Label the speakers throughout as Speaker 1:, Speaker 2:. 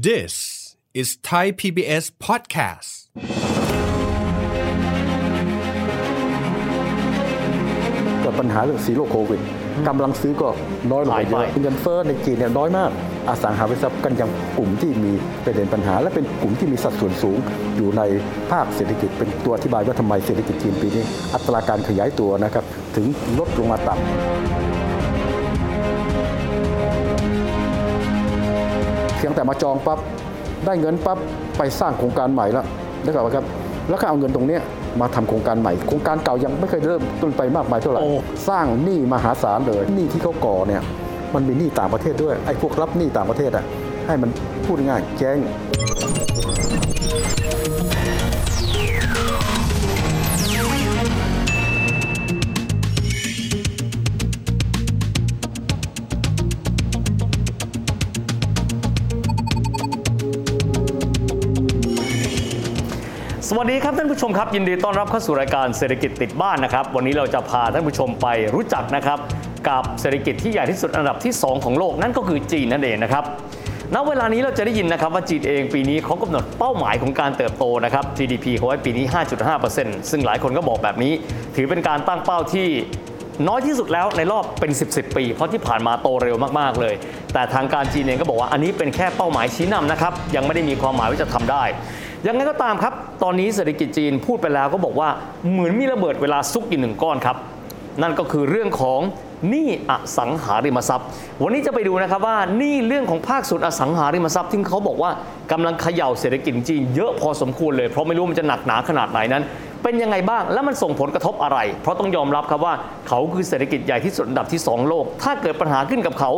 Speaker 1: This is Thai PBS podcast.
Speaker 2: เกิดปัญหาเรื่องซีโร่โควิดกำลังซื้อก็น้อยลงไปเยอะเงินเฟ้อในจีนเนี่ยน้อยมาก อสังหาริมทรัพย์กันยังกลุ่มที่มีประเด็นปัญหา และเป็นกลุ่มที่มีสัดส่วนสูง อยู่ในภาคเศรษฐกิจเป็นตัวอธิบายว่าทำไมเศรษฐกิจจีนปีนี้ อัตราการขยายตัวนะครับถึงลดลงมาต่ำ เพียงแต่มาจองปั๊บได้เงินปั๊บไปสร้างโครงการใหม่แล้วได้กล่าวครับ แล้วก็เอาเงินตรงเนี้ยมาทำโครงการใหม่ โครงการเก่ายังไม่เคยเริ่มต้นไปมากมายเท่าไหร่ สร้างหนี้มหาศาลเลยหนี้ที่เขาก่อเนี่ยมันมีหนี้ต่างประเทศด้วยไอ้พวกรับหนี้ต่างประเทศอ่ะให้มันพูดง่ายๆแจ้ง
Speaker 3: สวัสดีครับท่านผู้ชมครับ ยินดีต้อนรับเข้าสู่รายการเศรษฐกิจติดบ้านนะครับวันนี้เราจะพาท่านผู้ชมไปรู้จักนะครับกับเศรษฐกิจที่ใหญ่ที่สุดอันดับที่ 2 ของโลกนั่นก็คือจีนนั่นเองนะครับณเวลานี้เราจะได้ยินนะครับว่าจีนเองปีนี้เขากำหนดเป้าหมายของการเติบโตนะครับ GDP เขาไว้ปีนี้ 5.5%ซึ่งหลายคนก็บอกแบบนี้ ถือเป็นการตั้งเป้าที่ น้อยที่สุดแล้วในรอบเป็น 10 10 ปี เพราะที่ผ่านมาโตเร็วมาก ๆ เลย แต่ทางการจีนเองก็บอกว่าอันนี้เป็นแค่เป้าหมายชี้นำนะครับ ยังไม่ได้มีความหมายว่าจะทำได้ ยังไงก็ตามครับ ตอนนี้เศรษฐกิจจีนพูดไปแล้วก็บอกว่าเหมือนมีระเบิดเวลาซุกอยู่หนึ่งก้อนครับ นั่นก็คือเรื่องของหนี้อสังหาริมทรัพย์ วันนี้จะไปดูนะครับว่าหนี้เรื่องของภาคส่วนอสังหาริมทรัพย์ที่เขาบอกว่ากำลังเขย่าเศรษฐกิจจีนเยอะพอสมควรเลยเพราะไม่รู้มันจะหนักหนาขนาดไหนนั้น เป็นยังไงบ้างและมันส่งผลกระทบอะไร เพราะต้องยอมรับครับว่าเขาคือเศรษฐกิจใหญ่ที่สุดอันดับที่ 2 โลก ถ้าเกิดปัญหาขึ้นกับเขา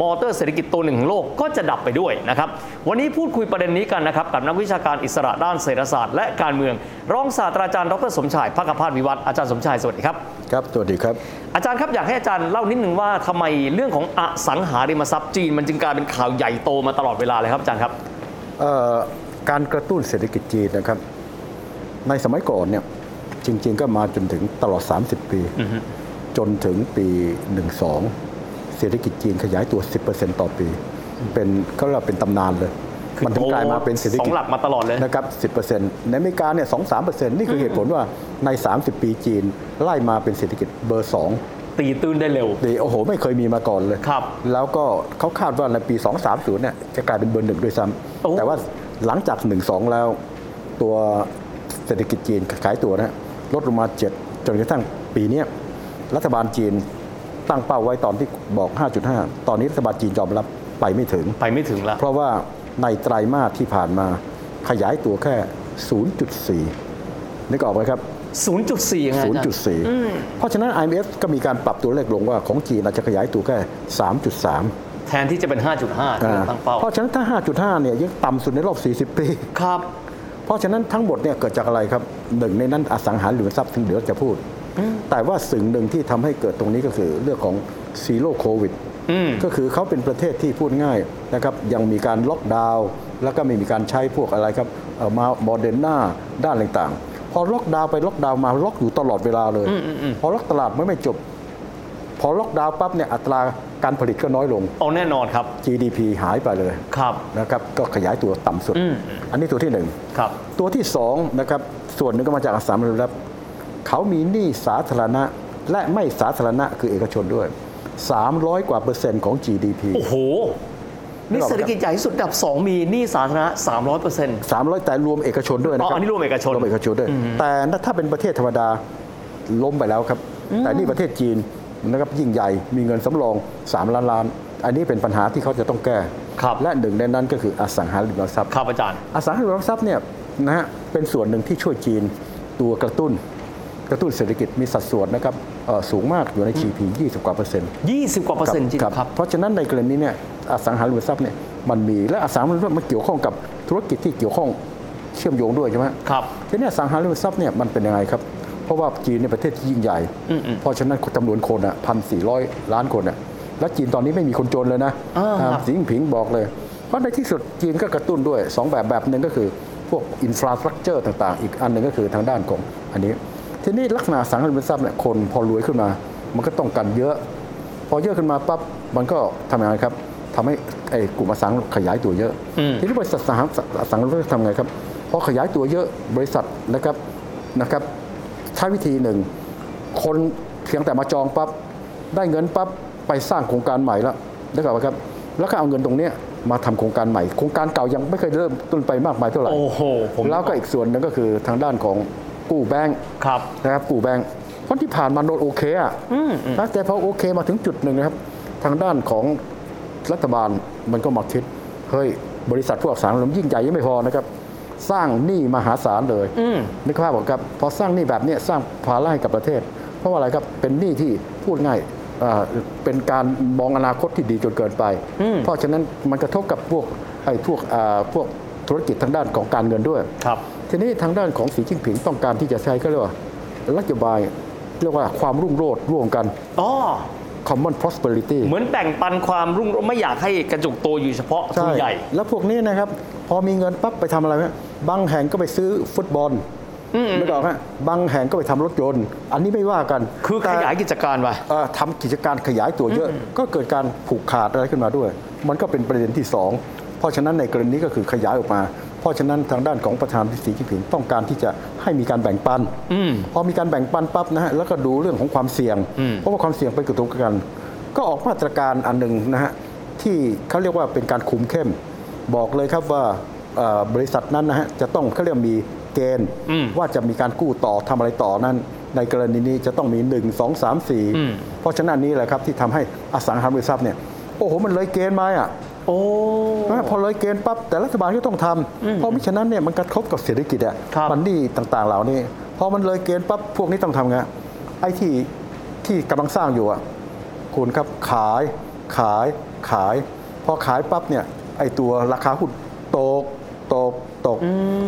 Speaker 3: มอเตอร์เศรษฐกิจตัวหนึ่งของโลกก็จะดับไปด้วยนะครับวันนี้พูดคุยประเด็นนี้กันนะครับกับนักวิชาการอิสระด้านเศรษฐศาสตร์และการเมือง รองศาสตราจารย์ดรสมชายภาคภาสวิวัฒน์อาจารย์สมชายสวัสดีครับ
Speaker 2: ครับสวัสดีครับ
Speaker 3: อาจารย์ครับ อยากให้อาจารย์เล่านิดนึงว่าทำไมเรื่องของอสังหาริมทรัพย์จีน มันจึงกลายเป็นข่าวใหญ่โตมาตลอดเวลาเลยครับอาจารย์ครับ
Speaker 2: เอ่อการกระตุ้นเศรษฐกิจจีนนะครับ ในสมัยก่อนเนี่ยจริงๆก็มาจนถึงตลอด 30 ปี จนถึงปี 12 เศรษฐกิจจีนขยายตัว 10%ต่อปี เป็นเขาเรียกว่าเป็นตำนานเลย
Speaker 3: คือ
Speaker 2: มันถึงกลายมาเป็นเศรษฐกิจ
Speaker 3: สองหลักมาตลอดเลย
Speaker 2: นะครับ 10%ในอเมริกาเนี่ย2-3%นี่คือเหตุผลว่าใน 30 ปีจีนไล่มาเป็นเศรษฐกิจเบอร์ 2
Speaker 3: ตีตื้นได้เร็ว
Speaker 2: ดีโอ้โห ไม่เคยมีมาก่อนเลย
Speaker 3: ครับ
Speaker 2: แล้วก็เขาคาดว่าในปี 230เนี่ยจะกลายเป็นเบอร์หนึ่งด้วยซ้
Speaker 3: โอ้
Speaker 2: ำแต่ว่าหลังจาก 1-2 แล้ว ตัวเศรษฐกิจจีนขายตัวนะลดลงมา 7 จนกระทั่งปีเนี้ยรัฐบาลจีนตั้งเป้าไว้ตอนที่บอก 5.5 ตอนนี้รัฐบาลจีนยอมรับไปไม่ถึง
Speaker 3: ไปไม่ถึงละ
Speaker 2: เพราะว่าในไตรมาสที่ผ่านมาขยายตัวแค่ 0.4นึกออกไหมครับ
Speaker 3: 0.4ยังไงอาจารย์
Speaker 2: 0.4 เพราะฉะนั้น IMF ก็มีการปรับตัวเลขลงว่าของจีนอาจจะขยายตัวแค่ 3.3
Speaker 3: แทนที่จะเป็น 5.5ที่
Speaker 2: อ่า
Speaker 3: เราตั้งเป้า
Speaker 2: เพราะฉะนั้นถ้า 5.5 เนี่ยยังต่ำสุดในรอบ 40 ปี
Speaker 3: ครับ
Speaker 2: เพราะฉะนั้นทั้งหมดเนี่ยเกิดจากอะไรครับหนึ่งในนั้นอสังหาริมทรัพย์ซึ่งเดี๋ยวจะพูด แต่ว่าสิ่งหนึ่งที่ทำให้เกิดตรงนี้ก็คือเรื่องของซีโร่โควิด
Speaker 3: อืม
Speaker 2: ก็คือเขาเป็นประเทศที่พูดง่ายนะครับยังมีการล็อกดาวน์แล้วก็ไม่มีการใช้พวกอะไรครับเอ่อมาโมเดอร์นาด้านต่างๆ พอล็อกดาวน์ไปล็อกดาวน์มาล็อกอยู่ตลอดเวลาเลย พอล็อกตลาดไม่ไม่จบ พอล็อกดาวน์ปั๊บเนี่ยอัตราการผลิตก็น้อยลง
Speaker 3: เอาแน่นอนครับ
Speaker 2: GDP หายไปเลย
Speaker 3: ครับ
Speaker 2: นะครับก็ขยายตัวต่ำสุด
Speaker 3: อืม
Speaker 2: อันนี้ตัวที่หนึ่ง
Speaker 3: ครับ
Speaker 2: ตัวที่สองนะครับส่วนหนึ่งก็มาจากอสังหาริมทรัพย์เขามีหนี้สาธารณะและไม่สาธารณะคือเอกชนด้วย 300 กว่าเปอร์เซ็นต์ของ GDP
Speaker 3: โอ้โห นี่เศรษฐกิจใหญ่ที่สุดอันดับ 2 มีหนี้สาธารณะ300เปอร์เซ็นต์
Speaker 2: 300 แต่รวมเอกชนด้วยนะค
Speaker 3: อ๋
Speaker 2: รั
Speaker 3: ออันนี้รวมเอกชน
Speaker 2: รวมเอกชนด้วย แต่ถ้าเป็นประเทศธรรมดาล้มไปแล้วครับ แต่นี่ประเทศจีนนะครับยิ่งใหญ่มีเงินสำรอง 3 ล้านล้าน อันนี้เป็นปัญหาที่เขาจะต้องแก้
Speaker 3: ครับ
Speaker 2: และหนึ่งในนั้นก็คืออสังหาริมทรัพย์
Speaker 3: ครับอาจารย์
Speaker 2: อสังหาริมทรัพย์เนี่ยนะฮะเป็นส่วนหนึ่งที่ช่วยจีนตัวกระตุ้น กระตุ้นเศรษฐกิจมีสัดส่วนนะครับเอ่อสูงมากอยู่ใน GDP 20 กว่าเปอร์เซ็นต์
Speaker 3: 20 กว่าเปอร์เซ็นต์จริงครับ
Speaker 2: เพราะฉะนั้นในกรณีเนี่ยอสังหาริมทรัพย์เนี่ยมันมีและอสังหาริมทรัพย์มันเกี่ยวข้องกับธุรกิจที่เกี่ยวข้องเชื่อมโยงด้วยใช่ไหม
Speaker 3: ครับ
Speaker 2: ทีนี้อสังหาริมทรัพย์เนี่ยมันเป็นยังไงครับเพราะว่าจีนเนี่ยประเทศที่ยิ่งใหญ่ เพราะฉะนั้นจำนวนคนอ่ะพันสี่ร้อยล้านคนอ่ะและจีนตอนนี้ไม่มีคนจนเลยนะ
Speaker 3: อ่า
Speaker 2: อ่า สิงผิงบอกเลย เพราะในที่สุดจีนก็กระตุ้นด้วย 2 แบบแบบหนึ่งก็คือพวกอินฟราสตรักเจอร์ต่างๆ อีกอันหนึ่งก็คือทางด้านของอันนี้ ทีนี้ลักษณะสังหาริมทรัพย์เนี่ยคนพอรวยขึ้นมา มันก็ต้องการเยอะ พอเยอะขึ้นมาปั๊บมันก็ทำยังไงครับทำให้ ไอ้กลุ่มอสังขยายตัวเยอะ
Speaker 3: อืม
Speaker 2: ทีนี้บริษัทสหอสังหาริมทรัพย์ทำไงครับพอขยายตัวเยอะบริษัทนะครับนะครับใช้วิธีหนึ่ง คนเพียงแต่มาจองปั๊บได้เงินปั๊บไปสร้างโครงการใหม่แล้วได้กล่าวไหมครับ แล้วก็เอาเงินตรงเนี้ยมาทำโครงการใหม่ โครงการเก่ายังไม่เคยเริ่มต้นไปมากมายเท่าไหร่
Speaker 3: โอ้โห ผม
Speaker 2: แล้วก็อีกส่วนหนึ่งก็คือทางด้านของกู้แบงค์
Speaker 3: ครับ
Speaker 2: นะครับกู่แบงค์เพราะที่ผ่านมาโดนโอเคอะนะแต่พอโอเคมาถึงจุดหนึ่งนะครับ ทางด้านของรัฐบาลมันก็มาคิด เฮ้ย บริษัทผู้อสังหาริมยิ่งใหญ่ยังไม่พอนะครับ สร้างหนี้มหาศาลเลย
Speaker 3: อืม
Speaker 2: นึกภาพออกครับ พอสร้างหนี้แบบเนี้ยสร้างภาระให้กับประเทศ เพราะว่าอะไรครับ เป็นหนี้ที่พูดง่ายอ่าเป็นการมองอนาคตที่ดีจนเกินไป เพราะฉะนั้นมันกระทบกับพวกไอ้พวกอ่าพวกธุรกิจทางด้านของการเงินด้วย
Speaker 3: ครับ
Speaker 2: ทีนี้ทางด้านของสีจิ้นผิงต้องการที่จะใช้ก็เรียกว่ารัฐบาลเรียกว่าความรุ่งโรจน์ร่วมกัน
Speaker 3: อ๋อ
Speaker 2: common prosperity
Speaker 3: เหมือนแบ่งปันความรุ่งโรจน์ไม่อยากให้กระจุกตัวอยู่เฉพาะทุนใหญ่
Speaker 2: แล้วพวกนี้นะครับ พอมีเงินปั๊บไปทำอะไรไหมบางแห่งก็ไปซื้อฟุตบอลไม่ต้องฮะบางแห่งก็ไปทำรถยนต์ อันนี้ไม่ว่ากัน
Speaker 3: คือข
Speaker 2: แต่
Speaker 3: ยายกิจการไป
Speaker 2: เอ่อทำกิจการขยายตัวเยอะ ก็เกิดการผูกขาดอะไรขึ้นมาด้วย มันก็เป็นประเด็นที่สองเพราะฉะนั้นในกรณีนี้ก็คือขยายออกมา เพราะฉะนั้นทางด้านของประธานสีจิ้นผิงต้องการที่จะให้มีการแบ่งปัน พอมีการแบ่งปันปั๊บนะฮะแล้วก็ดูเรื่องของความเสี่ยง เพราะว่าความเสี่ยงไปกระทบกัน ก็ออกมาตรการอันหนึ่งนะฮะที่เขาเรียกว่าเป็นการคุมเข้ม บอกเลยครับว่าเอ่อบริษัทนั้นนะฮะจะต้องเขาเรียกมีเกณฑ์ว่าจะมีการกู้ต่อทำอะไรต่อนั้น ในกรณีนี้จะต้องมี 1 2 3 4 เพราะฉะนั้นนี่แหละครับที่ทำให้อสังหาริมทรัพย์เนี่ยโอ้โหมันเลยเกณฑ์มาอ่ะ
Speaker 3: โอ้
Speaker 2: นะพอเลยเกณฑ์ปั๊บแต่รัฐบาลก็ต้องทำเพราะมิฉะนั้นเนี่ยมันกระทบกับเศรษฐกิจอ่ะ
Speaker 3: ครับ
Speaker 2: มันหนี่ต่างๆ เหล่านี้พอมันเลยเกณฑ์ปั๊บพวกนี้ต้องทำไงไอ้ที่ที่กำลังสร้างอยู่อ่ะคุณครับขายขายขาย พอขายปั๊บเนี่ยไอ้ตัวราคาหุ้นตกตกตก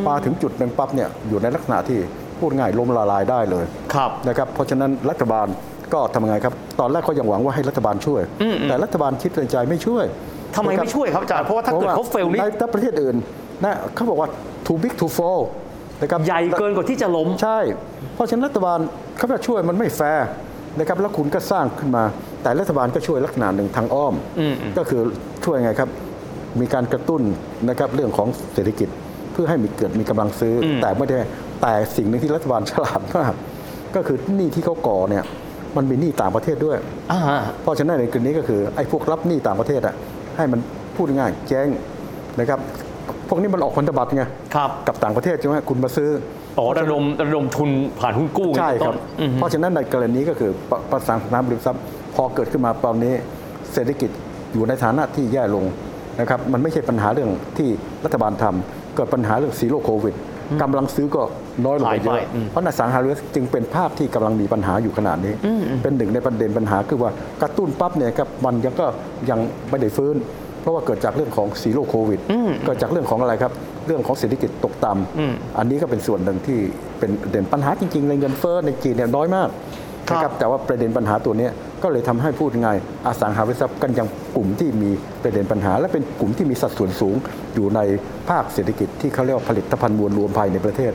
Speaker 2: มาถึงจุดหนึ่งปั๊บเนี่ยอยู่ในลักษณะที่พูดง่ายล้มละลายได้เลย
Speaker 3: ครับ
Speaker 2: นะครับเพราะฉะนั้นรัฐบาลก็ทำยังไงครับ ตอนแรกก็ยังหวังว่าให้รัฐบาลช่วย แต่รัฐบาลคิดในใจไม่ช่วย
Speaker 3: ทำไมไม่ช่วยครับอาจารย์ เพราะว่าถ้าเกิดเขาเฟลนี่
Speaker 2: ในถ้าประเทศอื่นนะเขาบอกว่า too big to fail นะครับ
Speaker 3: ใหญ่เกินกว่าที่จะล้ม
Speaker 2: ใช่ เพราะฉะนั้นรัฐบาลเขาจะช่วยมันไม่แฟร์นะครับแล้วคุณก็สร้างขึ้นมา แต่รัฐบาลก็ช่วยลักษณะหนึ่งทางอ้อม ก็คือช่วยไงครับ มีการกระตุ้นนะครับเรื่องของเศรษฐกิจเพื่อให้มีเกิดมีกำลังซื้ออแต่ไม่ได้แต่สิ่งหนึ่งที่รัฐบาลฉลาดมากก็คือหนี้ที่เขาก่อเนี่ยมันมีหนี้ต่างประเทศด้วย
Speaker 3: อ่า
Speaker 2: เพราะฉะนั้นในกรณีนี้ก็คือไอ้พวกรับหนี้ต่างประเทศอะให้มันพูดง่ายๆแจ้งนะครับ พวกนี้มันออกพันธบัตรไง
Speaker 3: ครับ
Speaker 2: กับต่างประเทศใช่ไหมคุณมาซื้อ
Speaker 3: อ๋อระดมระดมทุนผ่านหุ้นกู้ไง
Speaker 2: ใช่ค
Speaker 3: เป็นต้
Speaker 2: รับ
Speaker 3: น
Speaker 2: เพราะฉะนั้นในกรณีก็คือประประสานน้ำริมทรัพย์พอเกิดขึ้นมาตอนนี้ เศรษฐกิจอยู่ในฐานะที่แย่ลงนะครับมันไม่ใช่ปัญหาเรื่องที่รัฐบาลทำเกิดปัญหาเรื่องซีโร่โควิดกำลังซื้อก็น้อยลงไปเย
Speaker 3: หาย
Speaker 2: อะ
Speaker 3: ไปอืม
Speaker 2: เพราะอสังหาริมทรัพย์จึงเป็นภาพที่กำลังมีปัญหาอยู่ขนาดนี้ เป็นหนึ่งในประเด็นปัญหาคือว่ากระตุ้นปั๊บเนี่ยครับมันยังก็ยังไม่ได้ฟื้น เพราะว่าเกิดจากเรื่องของซีโร่โควิดเกิดจากเรื่องของอะไรครับ เรื่องของเศรษฐกิจตกต่ำอันนี้ก็เป็นส่วนหนึ่งที่เป็นประเด็นปัญหาจริงๆในเงินเฟ้อในจีนเนี่ยน้อยมาก
Speaker 3: ครับ
Speaker 2: นะครับแต่ว่าประเด็นปัญหาตัวเนี้ยก็เลยทำให้พูดง่ายอสังหาริมทรัพย์กันยังกลุ่มที่มีประเด็นปัญหา และเป็นกลุ่มที่มีสัดส่วนสูง อยู่ในภาคเศรษฐกิจที่เขาเรียกว่าผลิตภัณฑ์มวลรวมภายในประเทศ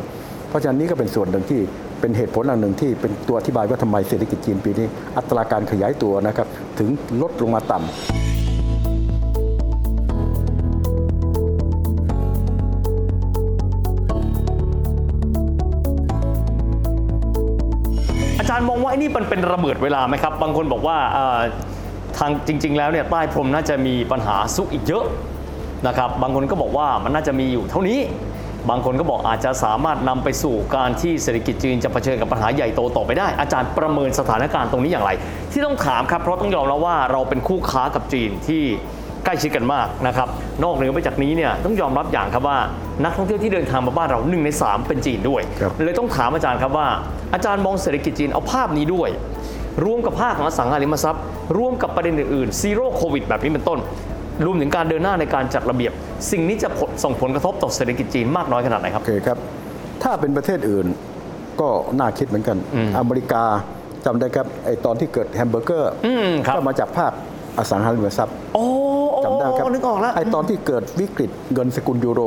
Speaker 2: เพราะฉะนั้นนี่ก็เป็นส่วนหนึ่งที่เป็นเหตุผลอันหนึ่งที่เป็นตัวอธิบายว่าทำไมเศรษฐกิจจีนปีนี้ อัตราการขยายตัวนะครับถึงลดลงมาต่ำ
Speaker 3: อาจารย์มองว่าไอ้นี่มันเป็นระเบิดเวลาไหมครับ บางคนบอกว่าเอ่อทางจริง ๆ แล้วเนี่ยใต้พรมน่าจะมีปัญหาซุกอีกเยอะนะครับ บางคนก็บอกว่ามันน่าจะมีอยู่เท่านี้ บางคนก็บอกอาจจะสามารถนำไปสู่การที่เศรษฐกิจจีนจะเผชิญกับปัญหาใหญ่โตต่อไปได้ อาจารย์ประเมินสถานการณ์ตรงนี้อย่างไร ที่ต้องถามครับเพราะต้องยอมแล้วว่าเราเป็นคู่ค้ากับจีนที่ ใกล้ชิดกันมากนะครับ นอกเหนือไปจากนี้เนี่ยต้องยอมรับอย่างครับว่านักท่องเที่ยวที่เดินทางมาบ้านเราหนึ่งในสามเป็นจีนด้วย
Speaker 2: ครับ
Speaker 3: เลยต้องถามอาจารย์ครับว่า อาจารย์มองเศรษฐกิจจีนเอาภาพนี้ด้วย ร่วมกับภาคของอสังหาริมทรัพย์ร่วมกับประเด็นอื่นๆซีโร่โควิดแบบนี้เป็นต้น รวมถึงการเดินหน้าในการจัดระเบียบ สิ่งนี้จะผลส่งผลกระทบต่อเศรษฐกิจจีนมากน้อยขนาดไหนครับ
Speaker 2: โอเคครับ ถ้าเป็นประเทศอื่นก็น่าคิดเหมือนกัน อเมริกาจำได้ครับไอตอนที่เกิดแฮมเบอร์เกอร์
Speaker 3: อืมครับ
Speaker 2: ก็มาจากภาคอสังหาริมทรัพย์
Speaker 3: โอ้โอ้
Speaker 2: จำได้ครับ
Speaker 3: นึกออกแล้ว
Speaker 2: ไอตอนที่เกิดวิกฤตเงินสกุลยูโร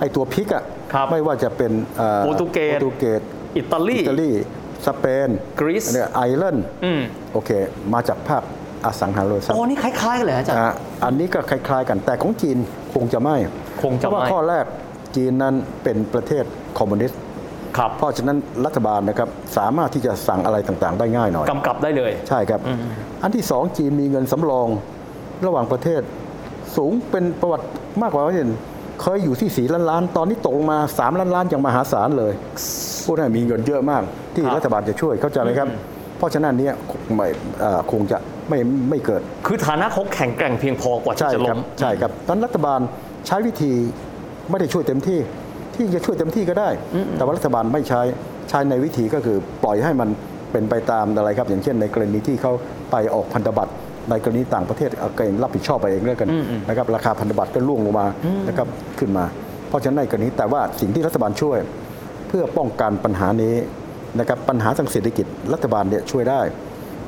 Speaker 2: ไอตัวพิกอะ
Speaker 3: ครับ
Speaker 2: ไม่ว่าจะเป็นอ่อ
Speaker 3: โปรตุเกส
Speaker 2: โปรตุเกส
Speaker 3: อิตาลี
Speaker 2: อิตาลี สเปน
Speaker 3: Greece
Speaker 2: เนี่ยไอร์แลนด์
Speaker 3: อืม
Speaker 2: โอเค มาจากภาค อสังหาริมทรัพ
Speaker 3: อ๋อ
Speaker 2: ย์
Speaker 3: นี่คล้ายๆกันเลยอาจารย์
Speaker 2: อ่ะอันนี้ก็คล้าย ๆ กันแต่ของจีนคงจะไม่
Speaker 3: คงจะ
Speaker 2: เพราะ
Speaker 3: ไม่
Speaker 2: ว่าข้อแรกจีนนั้นเป็นประเทศคอมมิวนิสต์
Speaker 3: ครับ
Speaker 2: เพราะฉะนั้นรัฐบาลนะครับสามารถที่จะสั่งอะไรต่างๆ ได้ง่ายหน่อย
Speaker 3: กำกับได้เลย
Speaker 2: ใช่ครับ อันที่สองจีนมีเงินสำรองระหว่างประเทศ สูงเป็นประวัติมากกว่าประเทศอื่นเคยอยู่ที่สีล้านล้านตอนนี้ตกลงมา 3 ล้านล้านอย่างมหาศาลเลยพูดง่ายๆมีเงินเยอะมาก ที่
Speaker 3: ครับ
Speaker 2: รัฐบาลจะช่วยเข้าใจไหมครับ เพราะฉะนั้นเนี่ยคงไม่เอ่อคงจะไม่ไม่เกิด
Speaker 3: คือฐานะเขาแข็งแกร่งเพียงพอกว่าที่
Speaker 2: ใช่
Speaker 3: จะ
Speaker 2: ค
Speaker 3: ล้
Speaker 2: รับ
Speaker 3: ม
Speaker 2: ใช่ครับตอนนนรัฐบาลใช้วิธีไม่ได้ช่วยเต็มที่ ที่จะช่วยเต็มที่ก็ได้ แต่ว่ารัฐบาลไม่ใช้ใช้ในวิธีก็คือปล่อยให้มันเป็นไปตามอะไรครับ อย่างเช่นในกรณีที่เขาไปออกพันธบัตรในกรณีต่างประเทศเอาเองรับผิดชอบไปเองแล้วกันนะครับราคาพันธบัตรก็ล่วงลงมานะครับขึ้นมา เพราะฉะนั้นในกรณีแต่ว่าสิ่งที่รัฐบาลช่วย เพื่อป้องกันปัญหานี้นะครับปัญหาทางเศรษฐกิจรัฐบาลเนี่ยช่วยได้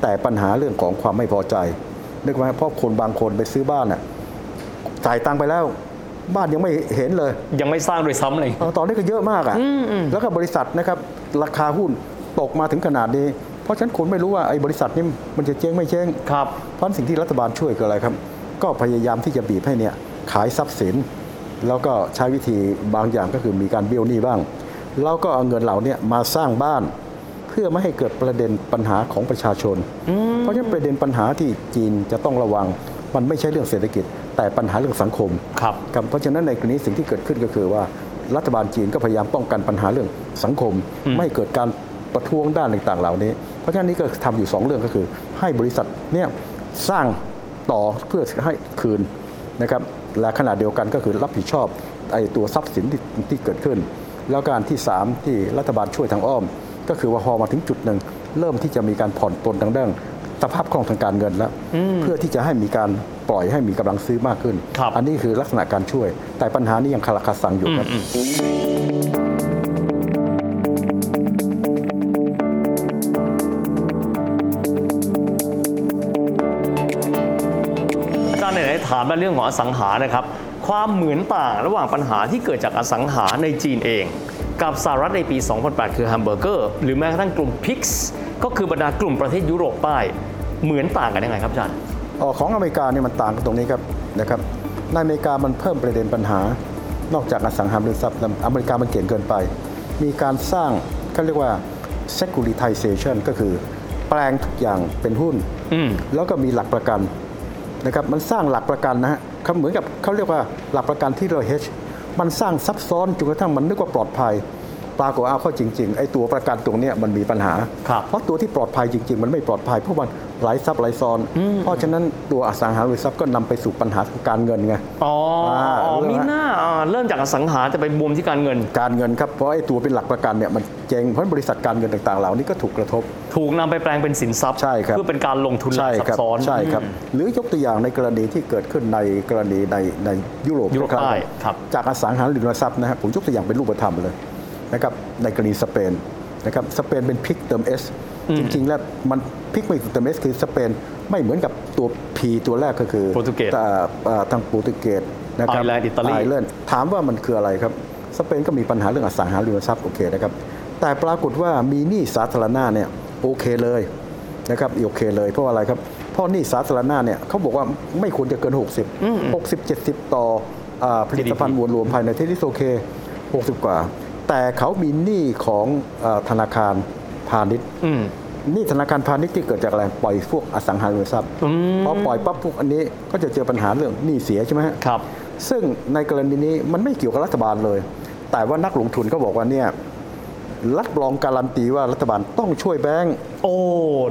Speaker 2: แต่ปัญหาเรื่องของความไม่พอใจนึกไหมเพราะคนบางคนไปซื้อบ้านน่ะจ่ายตังค์ไปแล้ว บ้านยังไม่เห็นเลย
Speaker 3: ยังไม่สร้างด้วยซ้ำเลย
Speaker 2: เออตอนนี้ก็เยอะมากอะ่ะแล้วก็บริษัทนะครับราคาหุ้นตกมาถึงขนาดนี้ เพราะฉะนั้นคนไม่รู้ว่าไอ้บริษัทนี่มันจะเจ๊งไม่เจ๊ง
Speaker 3: ครับ
Speaker 2: เพราะฉะนั้นสิ่งที่รัฐบาลช่วยคืออะไรครับ ก็พยายามที่จะบีบให้เนี่ยขายทรัพย์สิน แล้วก็ใช้วิธีบางอย่างก็คือมีการเบี้ยวหนี้บ้าง แล้วก็เอาเงินเหล่าเนี้มาสร้างบ้าน เพื่อไม่ให้เกิดประเด็นปัญหาของประชาชน เพราะฉะนั้นประเด็นปัญหาที่จีนจะต้องระวัง มันไม่ใช่เรื่องเศรษฐกิจ แต่ปัญหาเรื่องสังคม
Speaker 3: ครับ
Speaker 2: ครับเพราะฉะนั้นในกรณีสิ่งที่เกิดขึ้นก็คือว่ารัฐบาลจีนก็พยายามป้องกันปัญหาเรื่องสังคม ไม่ให้เกิดการประท้วงด้านต่างๆเหล่านี้ เพราะฉะนั้นนี่ก็ทำอยู่สองเรื่องก็คือ ให้บริษัทเนี่ยสร้างต่อเพื่อให้คืนนะครับและขณะเดียวกันก็คือรับผิดชอบไอ้ตัวทรัพย์สินที่ที่เกิดขึ้น แล้วการที่สามที่รัฐบาลช่วยทางอ้อม ก็คือว่าพอมาถึงจุดหนึ่งเริ่มที่จะมีการผ่อนปลนทางเรื่องสภาพคล่องทางการเงินแล้วเพื่อที่จะให้มีการปล่อยให้มีกำลังซื้อมากขึ้น
Speaker 3: ครับ
Speaker 2: อันนี้คือลักษณะการช่วย แต่ปัญหานี้ยังคาราคาซังอยู่ครับ
Speaker 3: อาจารย์ไหนๆถามมาเรื่องของอสังหานะครับ ความเหมือนต่างระหว่างปัญหาที่เกิดจากอสังหาในจีนเอง กับสหรัฐในปี 2008 คือแฮมเบอร์เกอร์ หรือแม้กระทั่งกลุ่มพิกซ์ก็คือบรรดากลุ่มประเทศยุโรปใต้เหมือนต่างกันยังไงครับอาจารย์
Speaker 2: ออกของอเมริกาเนี่ยมันต่างกันตรงนี้ครับนะครับ ในอเมริกามันเพิ่มประเด็นปัญหา นอกจากอสังหาริมทรัพย์แล้วอเมริกามันเก่งเกินไป มีการสร้างเขาเรียกว่า securitization ก็คือแปลงทุกอย่างเป็นหุ้น
Speaker 3: อืม
Speaker 2: แล้วก็มีหลักประกันนะครับมันสร้างหลักประกันนะฮะเขาเหมือนกับเขาเรียกว่าหลักประกันที่เรา hedge มันสร้างซับซ้อนจนกระทั่งมันนึกว่าปลอดภัย ปรากฏว่าเอาเข้าจริงๆไอ้ตัวประกันตรงเนี้ยมันมีปัญหา
Speaker 3: ครับ
Speaker 2: เพราะตัวที่ปลอดภัยจริง ๆ มันไม่ปลอดภัยเพราะมันหลายซับหลายซ้อน เพราะฉะนั้นตัวอสังหาริมทรัพย์ก็นำไปสู่ปัญหาทางการเงินไง
Speaker 3: อ๋อ
Speaker 2: อ่าเรื่อง
Speaker 3: มีหน้าอ่าเริ่มจากอสังหาแต่ไปมุมที่การเงิน
Speaker 2: การเงินครับเพราะไอ้ตัวเป็นหลักประกันเนี่ยมันเจ๊งเพราะบริษัทการเงินต่างๆ เหล่านี้ก็ถูกกระทบ
Speaker 3: ถูกนำไปแปลงเป็นสินทรัพย์
Speaker 2: ใช่ครับ
Speaker 3: เพื่อเป็นการลงทุนหลั
Speaker 2: ใช่
Speaker 3: ก
Speaker 2: ค
Speaker 3: ซั
Speaker 2: รับ บ
Speaker 3: ซ้อน
Speaker 2: ใช่ครับ หรือยกตัวอย่างในกรณีที่เกิดขึ้นในกรณีในในยุโรป
Speaker 3: ยุโรป
Speaker 2: นะคบ
Speaker 3: ใต้ครับ
Speaker 2: จากอสังหาริมทรัพย์นะครับผมยกตัวอย่างเป็นรูปธรรมเลยนะครับในกรณีสเปนนะครับสเปนเป็นพิกเติมเอสจริง ๆ แล้วมันพิกไม่เติมเอสคือสเปนไม่เหมือนกับตัว P ตัวแรกก็คือ
Speaker 3: โปรตุเกส
Speaker 2: อ่าอ่าทางโปรตุเกสนะครับ
Speaker 3: ไอร์แลนด์อิตาลี
Speaker 2: ไอร์แลนด์ถามว่ามันคืออะไรครับ สเปนก็มีปัญหาเรื่องอสังหาริมทรัพย์โอเคนะครับ แต่ปรากฏว่ามีหนี้สาธารณะเนี่ยโอเคเลยนะครับโอเคเลยเพราะอะไรครับ เพราะหนี้สาธารณะเนี่ยเขาบอกว่าไม่ควรจะเกิน 60 60 70 ต่ออ่าผลิตภัณฑ์มวลรวมภายในเทนิสโอเค 60 กว่า แต่เขามีหนี้ของอ่าธนาคารพาณิชย์
Speaker 3: อืม
Speaker 2: นี่ธนาคารพาณิชย์ที่เกิดจากอะไรปล่อยพวกอสังหาริมทรัพย์พอปล่อยปั๊บพวกอันนี้ก็จะเจอปัญหาเรื่องหนี้เสียใช่ไหมฮะ
Speaker 3: ครับ
Speaker 2: ซึ่งในกรณีนี้มันไม่เกี่ยวกับรัฐบาลเลย แต่ว่านักลงทุนก็บอกว่าเนี่ยรับรองการันตีว่ารัฐบาลต้องช่วยแบงค์
Speaker 3: โอ้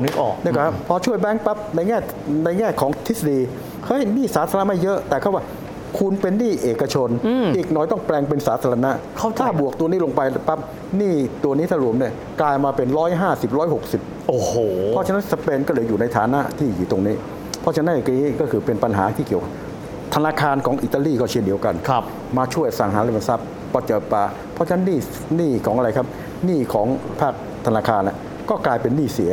Speaker 3: นึกออก
Speaker 2: นะครับพอช่วยแบงค์ปั๊บในแง่ในแง่ของทฤษฎีเฮ้ยหนี้สาธารณะไม่เยอะ แต่เขาว่าคุณเป็นหนี้เอกชน อีกหน้อยต้องแปลงเป็นสาธารณะ
Speaker 3: เข้าใจ
Speaker 2: ถ้าบวกตัวนี้ลงไปปั๊บหนี้ตัวนี้ถ้ารวมเนี่ยกลายมาเป็นร้อยห้าสิบร้อยหกสิบ
Speaker 3: โอ้โห
Speaker 2: เพราะฉะนั้นสเปนก็เลยอยู่ในฐานะที่อยู่ตรงนี้ เพราะฉะนั้นอย่างนี้ก็คือเป็นปัญหาที่เกี่ยวกับธนาคารของอิตาลีก็เช่นเดียวกัน
Speaker 3: ครับ
Speaker 2: มาช่วยสังหาริมทรัพย์ปเจอปาเพราะฉะนั้นหนี้หนี้ของอะไรครับหนี้ของภาคธนาคารน่ะก็กลายเป็นหนี้เสีย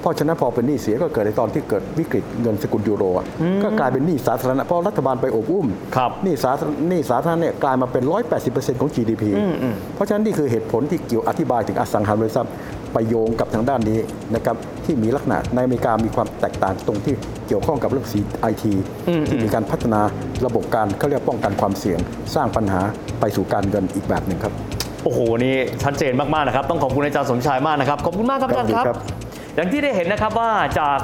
Speaker 2: เพราะฉะนั้นพอเป็นหนี้เสียก็เกิดในตอนที่เกิดวิกฤตเงินสกุลยูโรอ่ะก็กลายเป็นหนี้สาธารณะเพราะรัฐบาลไปอบอุ้ม
Speaker 3: ครับ
Speaker 2: หนี้สาธารหนี้สาธารณะเนี่ยกลายมาเป็น 180%ของ GDP เพราะฉะนั้นนี่คือเหตุผลที่เกี่ยวอธิบายถึงอสังหาริมทรัพย์ ไปโยงกับทางด้านนี้นะครับที่มีลักษณะในอเมริกามีความแตกต่างตรงที่เกี่ยวข้องกับเรื่องสีไอทีที่มีการพัฒนาระบบการเขาเรียกป้องกันความเสี่ยง สร้างปัญหาไปสู่การเงินอีกแบบหนึ่งครับ
Speaker 3: โอ้โห นี่ชัดเจนมาก ๆ นะครับ ต้องขอบคุณอาจารย์สมชายมากนะครับ ขอบคุณมากครับอาจารย์ค
Speaker 2: ครั
Speaker 3: รับ บ อย่างที่ได้เห็นนะครับว่าจาก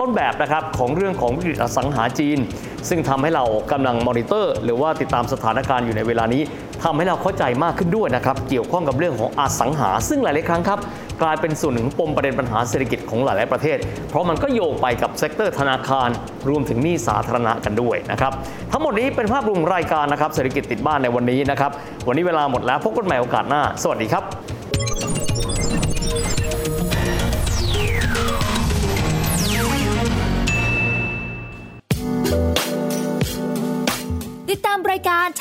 Speaker 3: ต้นแบบนะครับของเรื่องของวิกฤตอสังหาจีน ซึ่งทำให้เรากำลังมอนิเตอร์ หรือว่าติดตามสถานการณ์อยู่ในเวลานี้ทำให้เราเข้าใจมากขึ้นด้วยนะครับเกี่ยวข้องกับเรื่องของอสังหา ซึ่งหลายๆครั้งครับกลายเป็นส่วนหนึ่งของปมประเด็นปัญหาเศรษฐกิจของหลาย ๆ ประเทศ เพราะมันก็โยงไปกับเซกเตอร์ธนาคารรวมถึงหนี้สาธารณะกันด้วยนะครับทั้งหมดนี้เป็นภาพรวมรายการนะครับเศรษฐกิจติดบ้านในวันนี้นะครับวันนี้เวลาหมดแล้วพบกันใหม่โอกาสหน้า สวัสดีครับ
Speaker 4: ติดตามรายการ